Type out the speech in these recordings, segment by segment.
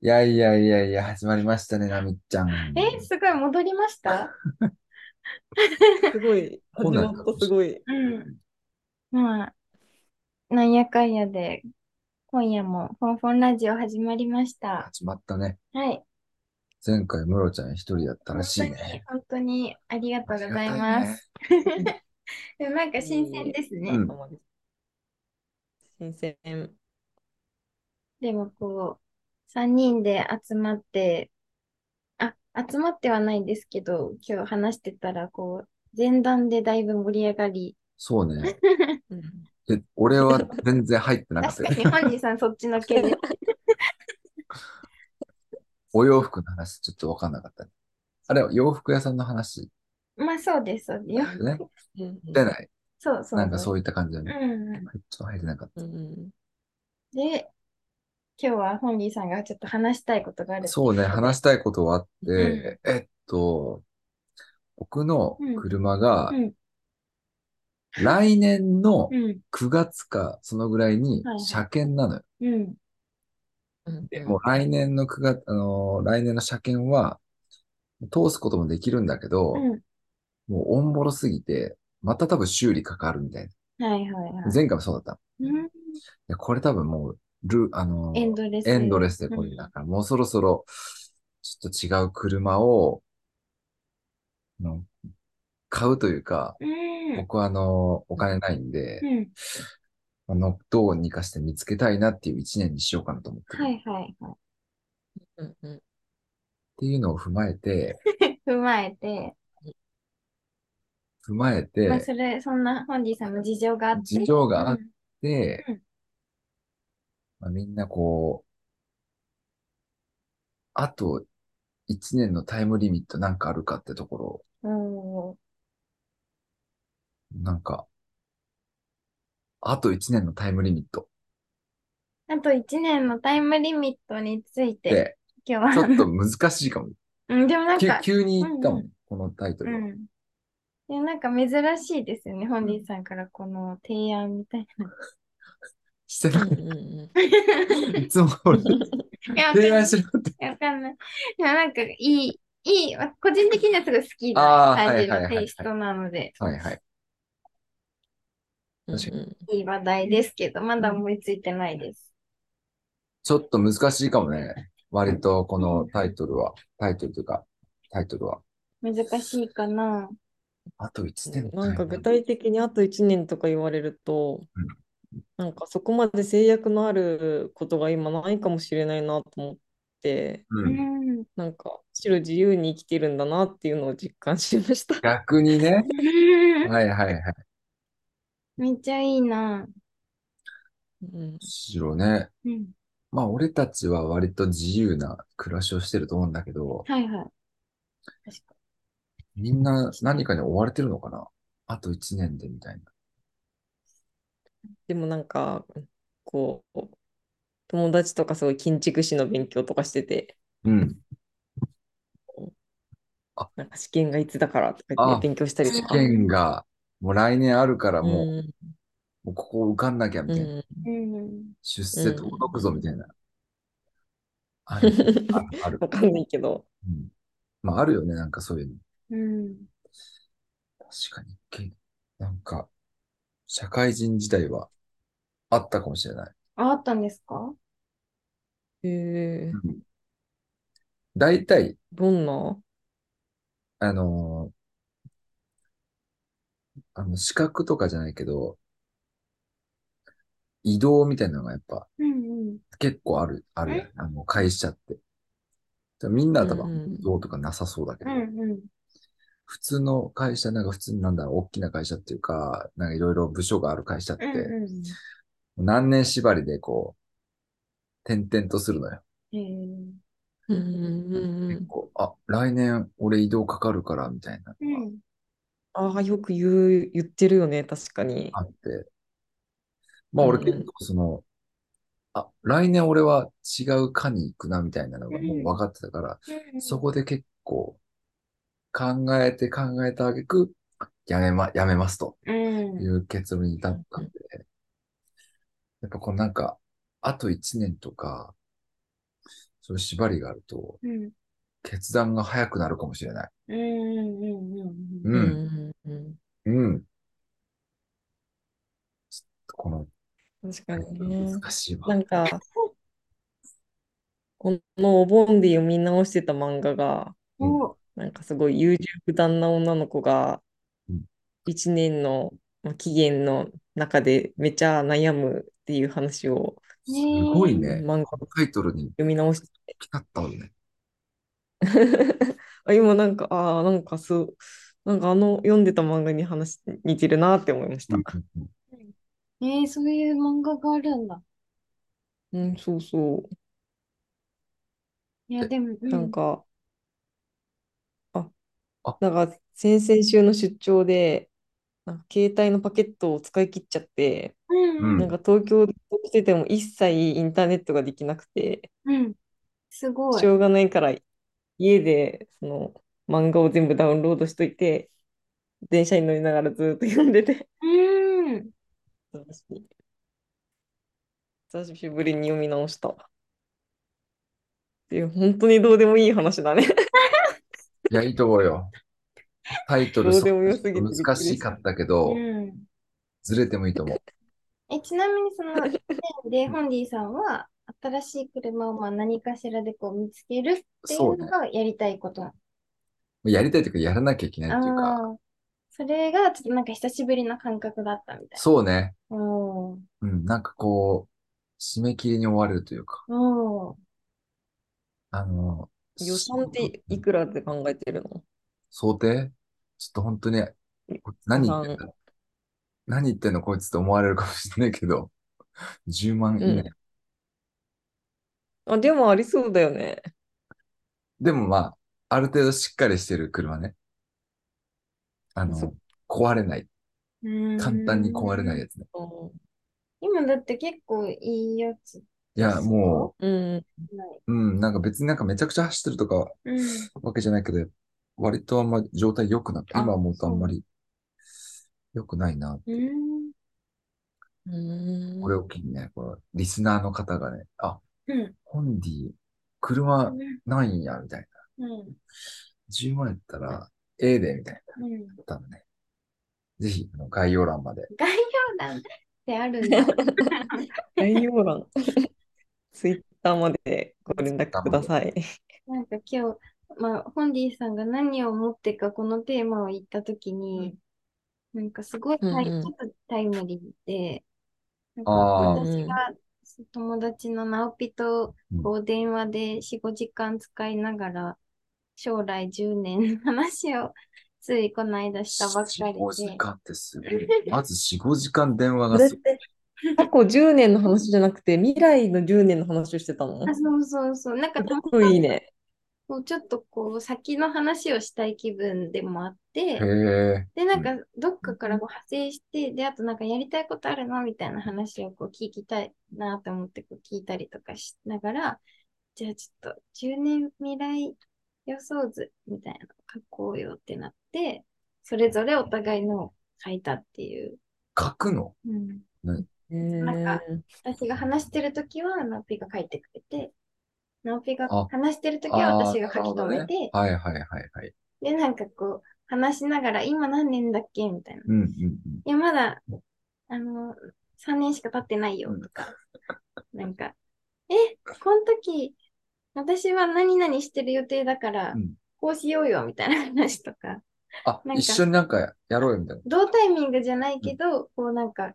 いやいやいやいや、始まりましたね、なみっちゃん。え、すごい、戻りましたすごい、そう始なまんだったすごい。うん。まあ、なんやかんやで、今夜もフォンフォンラジオ始まりました。始まったね。はい。前回、ムロちゃん一人だったらしいね。本当にありがとうございます。でもなんか新鮮ですね。うん新鮮。でもこう、3人で集まって、あ、集まってはないですけど、今日話してたら、こう、前段でだいぶ盛り上がり、そうね。うんえ、俺は全然入ってなく確かて、に本人さんそっちのけで、お洋服の話ちょっとわかんなかったね。あれ、洋服屋さんの話まあそうです、そうですだよ。よね。うんじゃない。そうそうなんかそう。そういった感じだうね。んうん。ちょっと入ってなかっうんうんで、今日はホンリーさんがちょっと話したいことがあるた。そうね、話したいことはあってう、えっと、僕の車がうん来年のうん、 9月かそのぐらいにはいはい車検なのよ。うん、うんでもう来年の9月、あのー来年の車検は、通すこともできるんだけど、うん。もうオンボロすぎて、また多分修理かかるみたいはいはいな。はい。前回もそうだった。うんでこれ多分もう、ル、あのーエンドレス。エンドレスでこれだから、もうそろそろ、ちょっと違う車を、の買うというか、うん。僕はあのーお金ないんで、うん。あの、どうにかして見つけたいなっていう一年にしようかなと思ってる。はっいはいはうんうんていうのを踏まえて、い。踏まえて、踏まえて、まあ、それ、そんなホンリーさんの事情があって。事情があっでうん、まあ、みんなこう、あと1年のタイムリミットなんかあるかってところを、うん。おなんか、あと1年のタイムリミットーあと1年のタイムリミットについ、って今日ちは。ょっと難しいかも。 うん、でもなんきゅか、急に言ったもん、うこのタイトうルは。ん。でもなんか珍しいですよね、ホンリーさんからこの提案みたいしてうなんい。うん いつも俺、 な。いや提案しろって。わかんない。でもなんか、いい、いい、個人的にはすごい好きあなー感はじいはいのはいはテいイストなので、はいはい。うん確かいい話題ですけど、まだ思いついてないです。ちょっと難しいかもね。割とこのタイトルは、タイトルというか、タイトルは。難しいかな。あと1年のタイムリなんミッかト具体的にあと1年とか言われるとうん、なんかそこまで制約のあることが今ないかもしれないなと思って、う。うんん。なんかむしろ自由に生きてるんだなっていうのを実感しました。逆にね。はいはいはい。めっちゃいいな。うんしろね。うん。まあ、俺たちは割と自由な暮らしをしてると思うんだけど、はいはい。確かみんな何かに追われてるのかなあと1年でみたいな。でもなんかこう友達とかすごい建築士の勉強とかしててうん。なんか試験がいつだからとか言あって勉強したりと試か。験が、もう来年あるからうもう、んもうここ受かんなきゃみたいな。うんに。うん。出世遠のくぞみたいな。ある、ある、ある。わかんないけど。うん、まあ、あるよね、なんかそういうの。うん。確かにけ。なんか、社会人時代はあったかもしれない。あ、あったんですかへえうん、大体、どんなあのーあの、資格とかじゃないけど、移動みたいなのがやっぱうんうん。結構ある、あるやん、あの、会社って。でみんなは多分移動とかなさそうだけうど、んうん。普通の会社、なんか普通になんだろう、大きな会社っていうか、なんかいろいろ部署がある会社ってう、んうん。何年縛りでこう、転々とするのよ。へーうんうんうんう結ん構、あ、来年俺移動かかるから、みたいなうのがん。ああ、よく言う、言ってるよね、確かに。あって、まあうん俺結構その、あ、来年俺は違う科に行くなみたいなのがもう分かってたから、そこで結構考えて考えた挙句、やめま、やめますとうん。いう結論に至ったんで、やっぱこのなんか、あと1年とか、そういう縛りがあると、うん。決断が早くなるかもしれない。うんうんうんうん。う、うんんうんうん。この、うん確かにね。難しいわ。なんか、このお盆で読み直してた漫画が、お、なんかすごい優柔不断な女の子がうん、 1年のまあ期限の中でめちゃ悩むっていう話をすごいね。漫画をタイトルに読み直してピタッと合うね。 あ今なんか、ああ、なんかそう、なんかあの読んでた漫画に話似てるなって思いました。うんえー、そういう漫画があるんだ。うん、そうそいや、でも、うう。なんか、ああ、なんか先々週の出張で、なんか携帯のパケットを使い切っちゃって、うんううんんなんか東京でしてても一切インターネットができなくて、うん。すごい。しょうがないから家でその漫画を全部ダウンロードしといて、電車に乗りながらずっと読んでて。うん。久しぶり久しぶりに読み直した。で、本当にどうでもいい話 だね。いや、いいとこよ。タイトルどうでもよすぎてびっくりした難しかったけど、うん。ずれてもいいと思う。え、ちなみに その、で、ホンディさんは、新しい車をまあ何かしらでこう見つけるっていうのがやりたいことなの。やりたいというか、やらなきゃいけないっていうあか、あー、それがちょっとなんか久しぶりな感覚だったみたいそうね。な。おーうん、なんかこう、締め切りに追われるというか、おーあの、予算っていくらで考えてるの想定ちょっと本当に、こいつ何言ってんだ何言ってんのこいつって思われるかもしれないけど、10万以内。あ、でもありそうだよね。でもまあ、ある程度しっかりしてる車ね。あそのう、壊れない。うーん簡単に壊れないやつね。う今だって結構いいやついや、もん。ない。う、うん、なんか別になんかめちゃくちゃ走ってるとかうん。わけじゃないけど、割とあんま状態良くなって、あ今思うとあんまり良くないな。うん。うん。これを機にね、このリスナーの方がね、あ、うん。ホンディ、車ないんや、みたいな。うん。 10万やったら、ええで、みたいな。うん。ったのね。ぜひ、あの概要欄まで。概要欄ってあるんだ。 概要欄、ツイッターまでご連絡ください。なんか今日、まあ、ホンディさんが何を持ってかこのテーマを言ったときに、なんかすごい、はい、ちうんうんょっとタイムリーで、なんかあー私が友達のナオピとこう電話で4、5時間使いながら、将来10年の話をついこの間したばっか4、5り時で。間ってすごい。まず4、5時間電話こがれっすごい。て過去10年の話じゃなくて、未来の10年の話をしてたのあ、そうそうそう。なんかすたまごくいいね。こうちょっとこう先の話をしたい気分でもあ って、へえ。で、なんか、どっかからこう派生して、で、あとなんかやりたいことあるのみたいな話をこう聞きたいなと思ってこう聞いたりとかしながら、じゃあちょっと10年未来予想図みたいなの書こうよってなって、それぞれお互いのを書いたっていう。書くのうん、うん私が話してるときは、ナオピが書いてくれて、ナオピがあ話してるときはあー私が書き留なるめて、ほどねはいはいはいはい。で、なんかこう、話しながら、今何年だっけみたいな。うんうんうん。いや、まだ、あの、3年しか経ってないよとか、なんか、え、この時、私は何々してる予定だからうん、こうしようよみたいな話とか、あなん、か一緒になんかやろうよみたいな。同タイミングじゃないけど、こうなんか、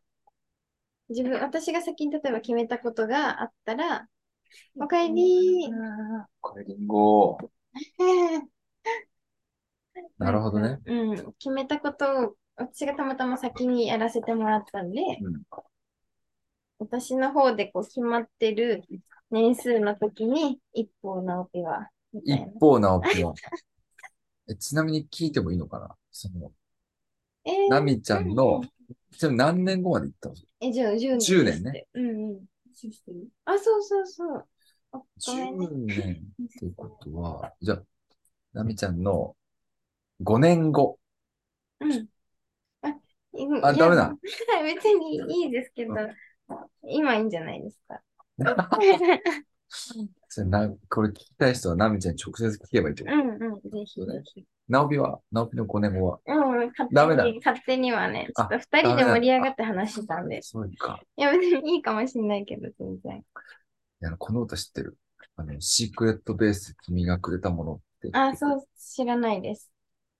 自分、私が先に例えば決めたことがあったら、おかえりー、これリンゴ。なるほどね。うん、決めたことを私がたまたま先にやらせてもらったんで、うん私の方でこう決まってる年数の時に一方直樹は、みたい一な。方、直樹は。えちなみに聞いてもいいのかなその、えナー、ミちゃんのうん、ちなみに何年後まで行ったのえ、じゃあ10年です10って。年ねうんうん。あ、そうそうそう。あごめんね。 ?10 年ってことは、じゃあ、ナミちゃんの5年後。うん。あ、いあいや ダメだ 別にいいですけど、今いいんじゃないですか。それな、これ聞きたい人はナミちゃんに直接聞けばいいってこうと。んうん、ぜひぜひ。ナオピは、ナオピの5年後は、うん、勝ダメだ手に、勝手にはね、ちょあっとダ二人メでだ盛り上がって話してたんで。そうか。いや、別にいいかもしんないけど、全然。いや、この歌知ってる。あの、シークレットベースで君がくれたものって。あ、そう、知らないです。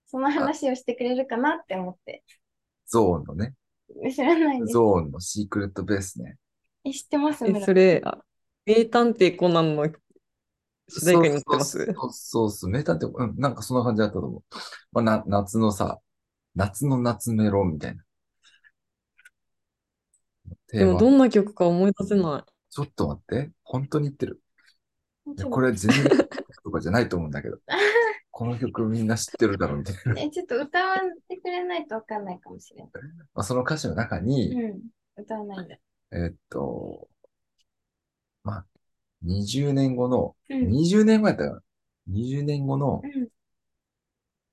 その話をしてくれるかなって思って。ゾーンのね。知らないです。ゾーンのシークレットベースね。え、知ってますえ、それ、あ名探偵コナンの主題歌になってます。そうそうそうそう、名探偵、うん、なんかそんな感じだったと思う。まあ、な夏のさ、夏の夏メロみたいな。テでーも、マ、どんな曲か思い出せなちょっと待って、本当に言ってる。村いや君これ全然とかじゃないと思うんだけど、 この曲みんな知ってるだろうみたいな。え、ちょっと歌わってくれないとわかんないかもしれない。まあ、その歌詞の中に、うん、歌わないんだ。えーっと、まあ、20年後の、うん、 20年後やったから、20年後のうん、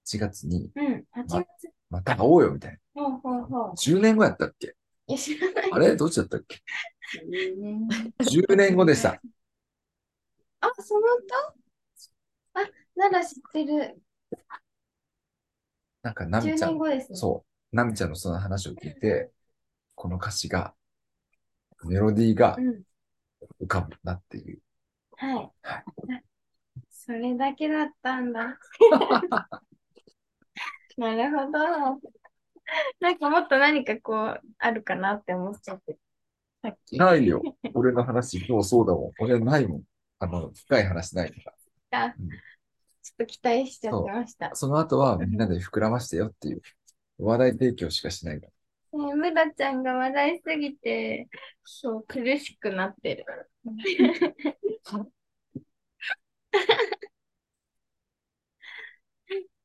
4月に、うん、8月。また会おうよみたいな。ほうほうほう。 10年後やったっけいや、知らない。あれどっちだったっけ ?10 年後でした。あ、その歌あ、なら知ってる。なんか、ナ10ミちゃ年ん、後ですね。そう、ナミちゃんのその話を聞いて、この歌詞が、メロディーがうん、浮かぶなっていう。はい。それだけだったん だ。なるほど。なんかもっと何かこう、あるかなって思っちゃって。さっき。ないよ。俺の話、今日そうだもん。俺ないもん。あの、深い話ないかあうんちょっと期待しちゃってましたら。。その後はみんなで膨らましてよっていう、話題提供しかしないから。ねえ、むらちゃんが笑いすぎて、そう、苦しくなってる。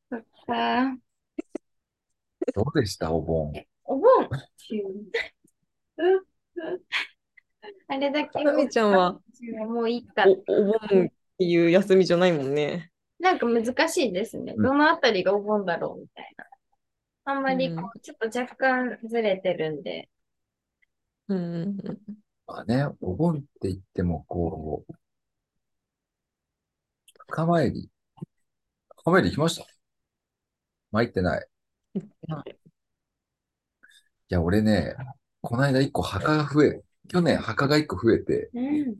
そっか。どうでしたお盆。お盆。うんうんあれだけい。なみちゃんはもういいか。お、お盆っていう休みじゃないもんね。なんか難しいですね。うんどのあたりがお盆だろうみたいな。あんまりうこう、ちょっと若干ずれてるんで。うん。まあね、お盆って言っても、こう、墓参り。墓参り行きました参ってない。いや、俺ね、この間一個墓が増え、去年墓が一個増えて、うん。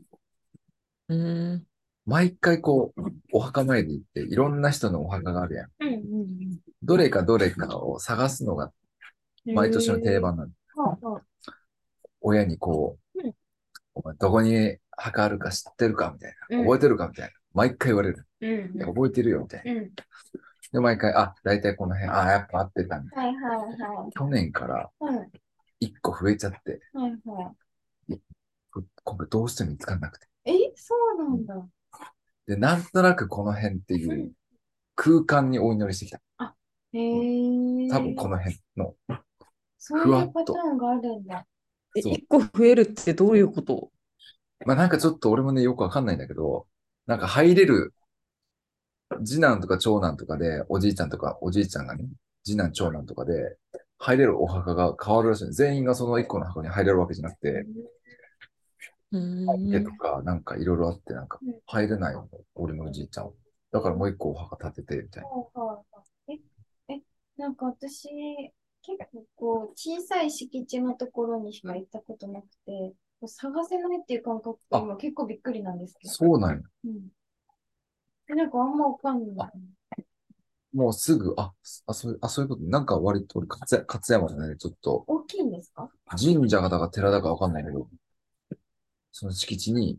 うん。毎回こう、お墓参り行って、いろんな人のお墓があるやん。うんうんどれかどれかを探すのがうん。毎年の定番なの。ほうほう。親にこう、うんお前どこに墓あるか知ってるかみたいな。うん覚えてるかみたいな。毎回言われる。うんいやう覚えてるよみたいな。ん。うん。で、毎回、あ、大体この辺、あ、やっぱ合ってたんだ。はいはいは去年からい。うん。 1個増えちゃって、はいはこ今回どうしても見つかんなくて。い。え、そうなんだ。で、なんとなくこの辺っていう空間にお祈りしてきた。へえ。多分この辺の。そういうパターンがあるんだ。え、そう一個増えるってどういうことまあなんかちょっと俺もね、よくわかんないんだけど、なんか入れる、次男とか長男とかで、おじいちゃんとか、おじいちゃんがね、次男長男とかで、入れるお墓が変わるらしいの。全員がその1個の墓に入れるわけじゃなくて、うん家とか、なんかいろいろあって、なんかうん入れないの、俺のおじいちゃんは。だからもう一個お墓建てて、みたいな。はいはいはい。え、え、なんか私、結構こう、小さい敷地のところにしか行ったことなくて、こう探せないっていう感覚が今結構びっくりなんですけど。そうなんや。うん。え、なんかあんまわかんない。もうすぐ、あ、あ、そういう、あ、そういうこと、なんか割と俺、勝勝山じゃない、ちょっと、大きいんですか神社だか寺だかわかんないけど、その敷地に、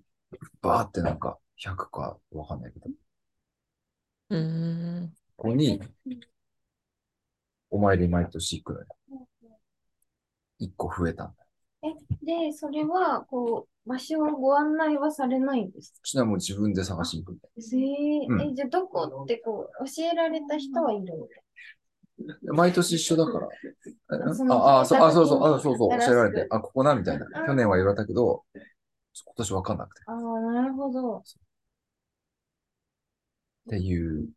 バーってなんか、100かわかんないけど、うん。ここに、お参り毎年行くのよ。1個増えたんだ。で、それは、こう、場所をご案内はされないんですそしたらもう自分で探しに行くんだよ。えーうんえ、じゃあどこってこう、教えられた人はいるの毎年一緒だから。そえのあ、あ、そう、あ、そうそ新しう、いあ、そうそう、教えられて、あ、ここな、みたいな。去年は言われたけど、今年わかんなくて。ああ、なるほど。っていう、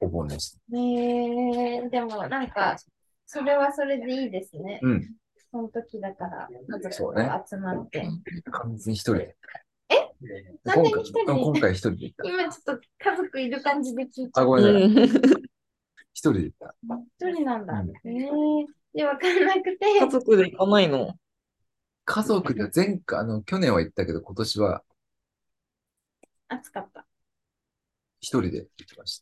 お盆でした。ねえ、でもなんか、それはそれでいいですね。うん。その時だから、家そ族うねが集まって。完全に一人で。えなんで今回一人で、今回一人で行った。今ちょっと家族いる感じで聞いちゃあ、う。ごめんなさい。一人で行った。一人なんだ。うええで、わかんなくて。家族で行かないの家族で前回、あの、去年は行ったけど、今年は暑かった。一人で行きまし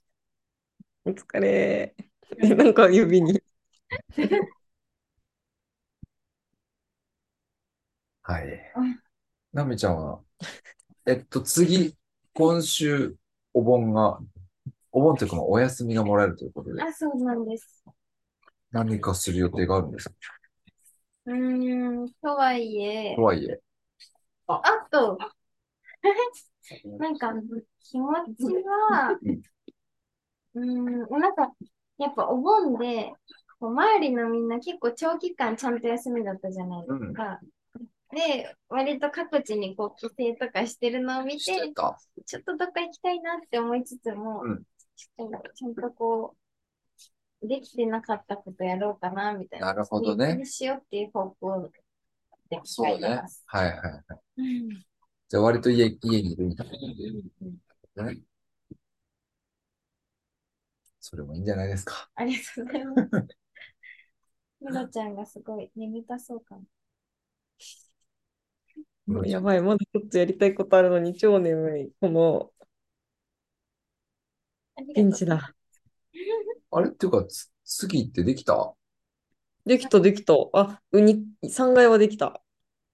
た。お疲れ。 でなんか指に。はいうん。なみちゃんは、えっと、次、今週、お盆が、お盆というか、まあお休みがもらえるということで、あ、そうなんです。何かする予定があるんですかうーん、とはいえと、はいえ、あ と、なんか、気持ちは、うーん、なんか、やっぱお盆で、こう周りのみんな結構長期間ちゃんと休みだったじゃないですうん、か。で、割と各地にこう帰省とかしてるのを見、してた。ちょっとどっか行きたいなって思いつつも、うんちょっとちゃんとこう、できてなかったことやろうかな、みたいな。なるほどねにしようっていう方向で考そうえてねます。。はいはい。うんじゃあ、割と家、家にいるみたいな感じでね。それもいいんじゃないですか。ありがとうございます。ムロちゃんがすごい眠たそうかも。うんもうやばい、まだちょっとやりたいことあるのに超眠い。このありがとうピンチだ。あれっていうか、つ次ってできたできた、できた。あ、うに、3階はできた。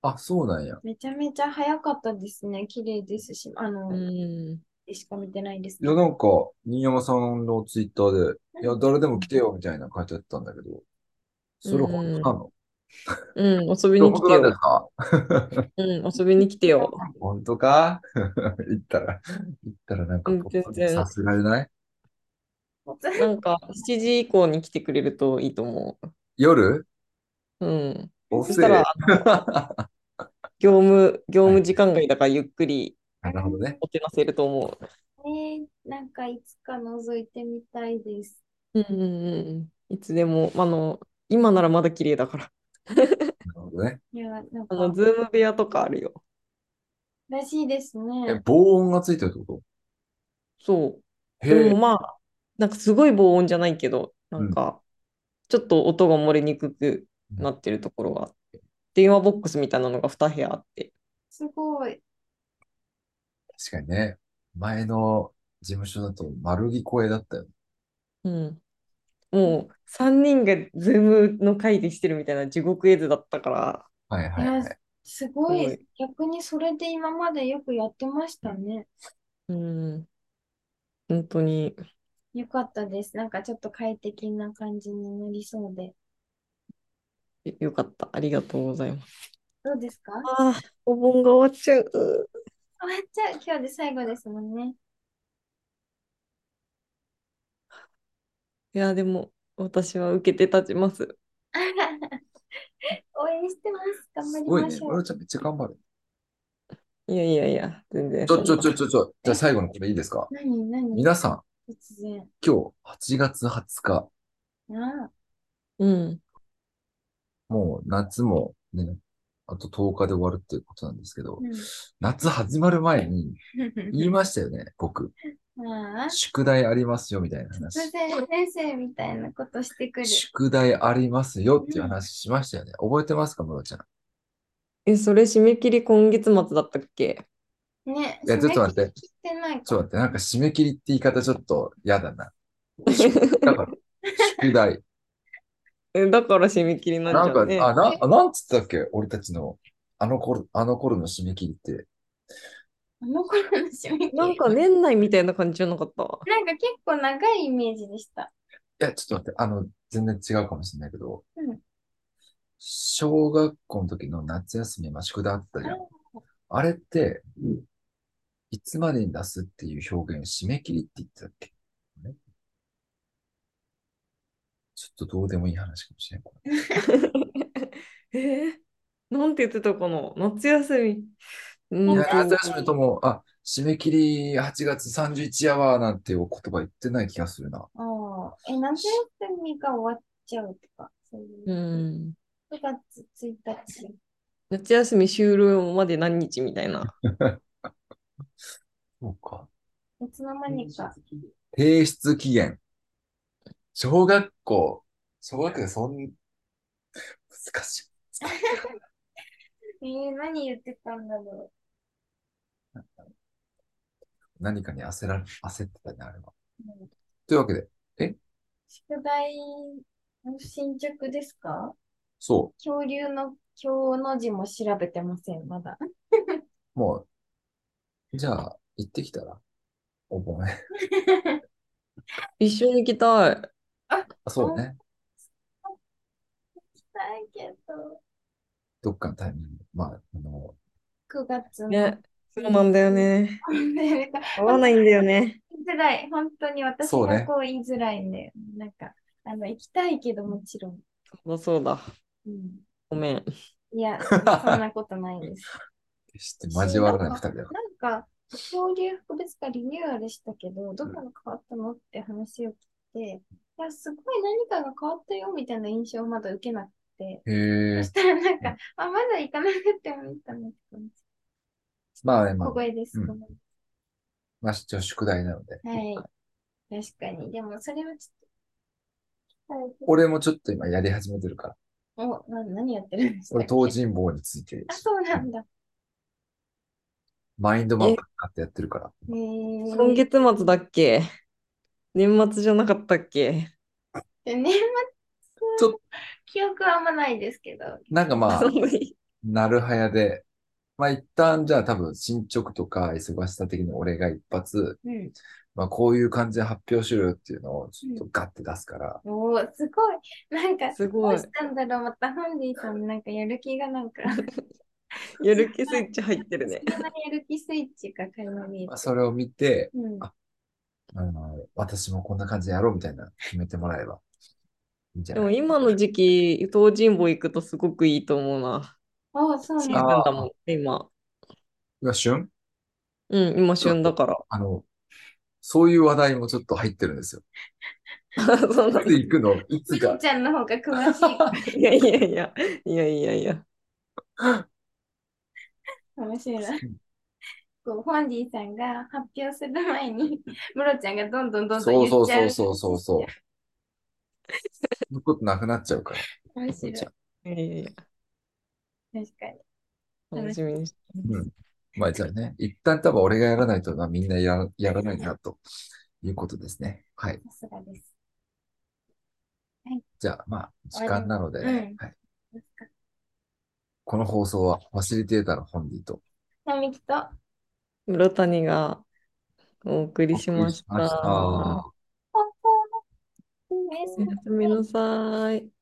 あ、そうなんや。めちゃめちゃ早かったですね。綺麗ですし、あの、うん。しか見てないですいけや、ど。なんか、新山さんのツイッターで、いや、誰でも来てよみたいな書いてあったんだけど、それ本当なのうん、遊びに本当な来てんですよ。かうん、遊びに来てよ。本当か 言ったら、言ったらなんかうん、全然さすられないなんか7時以降に来てくれるといいと思夜う。うん。おそせしたら、あのな業務、業務時間外だからゆっくりるほどね。おてなせると思ねなんかいつか覗いてみたいです。う。うんうんうん。いつでも、あの、今ならまだ綺麗だから。なるほどね。いや、なんあの、か、ズーム部屋とかあるよ。らしいですえね。、防音がついてるってこそう。とでへもえ。まあ、なんかすごい防音じゃないけど、なんか、ちょっと音が漏れにくくなってるところがあって、電話ボックスみたいなのが2部屋あって、すごい。確かにね。前の事務所だと丸着声だったよ。うん。もう3人がズームの会でしてるみたいな地獄絵図だったから、はいはいいはやい。すごい、す逆にそれで今までよくやってましたね。うん。本当に、よかったです。なんかちょっと快適な感じになりそうで。よよかった。ありがとうございます。どうですかああ、お盆が終わっちゃう。終わっちゃう。今日で最後ですもんね。いや、でも、私は受けて立ちます。応援してます。す頑ご張いりまね。しょまう。るちゃんめっちゃ頑張る。いやいやいや、全然ちょ、ちそょ、んなちょ、ちょ、ちょ、じゃあ最後のこといいですか何何皆さん、突然。今日8月20日、あうん。もう夏もね、あと10日で終わるっていうことなんですけど、うん夏始まる前に 言いましたよね、僕。 ああ、宿題ありますよみたいな突話。然先生みたいなことしてくる。宿題ありますよっていう話しましたよね。覚えてますか、ムロちゃん。え、それ締め切り今月末だったっけね、いやちょっと待って締め切ってないちょっかと待って、なんか締め切りって言い方ちょっと嫌だな。だから、宿題。えだから締め切りなんじゃなんか、ね。あ、な、なんつったっけ俺たちの、あの頃、あの頃の締め切りって。あの頃の締め切り。なんか年内みたいな感じじゃなかった。なんか結構長いイメージでした。いや、ちょっと待って、あの、全然違うかもしれないけど、うん小学校の時の夏休み、まあ、宿題あったじゃん。あれって、いつまでに出すっていう表現、締め切りって言ってたっけ、ねちょっとどうでもいい話かもしれない。 えーなんて言ってたかな夏休み。うんいやと、夏休みとも、あ、締め切り8月31やわ、なんていう言葉言ってない気がするな。ああ、え、夏休みが終わっちゃうとか、そういうう。ん。 9月1日。 夏休み終了まで何日みたいな。そうか。いつの間にか。提出期限。小学校、小学生そん、難しい。えー、何言ってたんだろ何かに焦ら、焦ってたね、あれは。う。うんというわけで、宿題の進捗ですかそ恐竜の今日の字も調べてません、まだ。う、もう、じゃあ、行ってきたら、お盆へ。一緒に行きたい。あそうね。だけど。どっかのタイミング。まあ、あの、 9月の。ね。そうなんだよね。合わないんだよね。言いづらい。本当に私そうがねこう言いづらいんだよ。なんか、あの、行きたいけどもちろん。そうだそうだ。うん、ごめん。い や、そんなことないです。決して交わらない二人だから。なんか、恐竜博物館リニューアルしたけど、どこが変わったのって話を聞いて、いや、すごい何かが変わったよみたいな印象をまだ受けなくて、へそえし。たらなんか、あ、まだ行かなくてもいいかなって感じ。まあ、まあ小、声です。うんごめんまあ、一応宿題なので。はい。確かに。でも、それはちょっと。俺もちょっと今やり始めてるから。お、な、何やってるんですか俺、東尋坊についてあ、、そうなんだ。マインドマップ買ってやってるから。えー、今月末だっけ年末じゃなかったっけ 年末、ちょっと記憶はあんまないですけど。なんかまあそ、ういなるはやで、まあ一旦じゃあ多分進捗とか忙しさ的に俺が一発、うん。まあこういう感じで発表しろよっていうのをちょっとガッて出すから、おー、すごい。なんか、すどごういし。たんだろう、またハンディさん、なんかやる気がな んか、やる気スイッチ入ってるね。そんなやる気スイッチが垣間見えてまあ、それを見て、うん、ああの、私もこんな感じでやろうみたいな決めてもらえばいいんじゃでないも今の時期、東尋坊行くとすごくいいと思うな。あそうシーズンなんだ。だもん、今。今旬うん、今旬だ から。あの、そういう話題もちょっと入ってるんですよ。そうなんいつ行くのいつみがりちゃんの方が詳しいかいやいやいや、いやいやいや。もしれない。こう、ハンディさんが発表する前に、ムロちゃんがどんどんどんどそんうそ言っうちゃ。そううそうそうそう。そういうことなくなっちゃうから。面白い。じ確ゃあいやいやいやかに。楽しみにしてまうす。んまあじゃあね、一旦多分俺がやらないとな、みんなやらやらないな、ということですね。はい。さすがです。じゃあまあ、時間なので、終わりうんはい、この放送はファシリテーターの本人と並木と、室谷がお送おりしました。送りしましたおやすみなさい。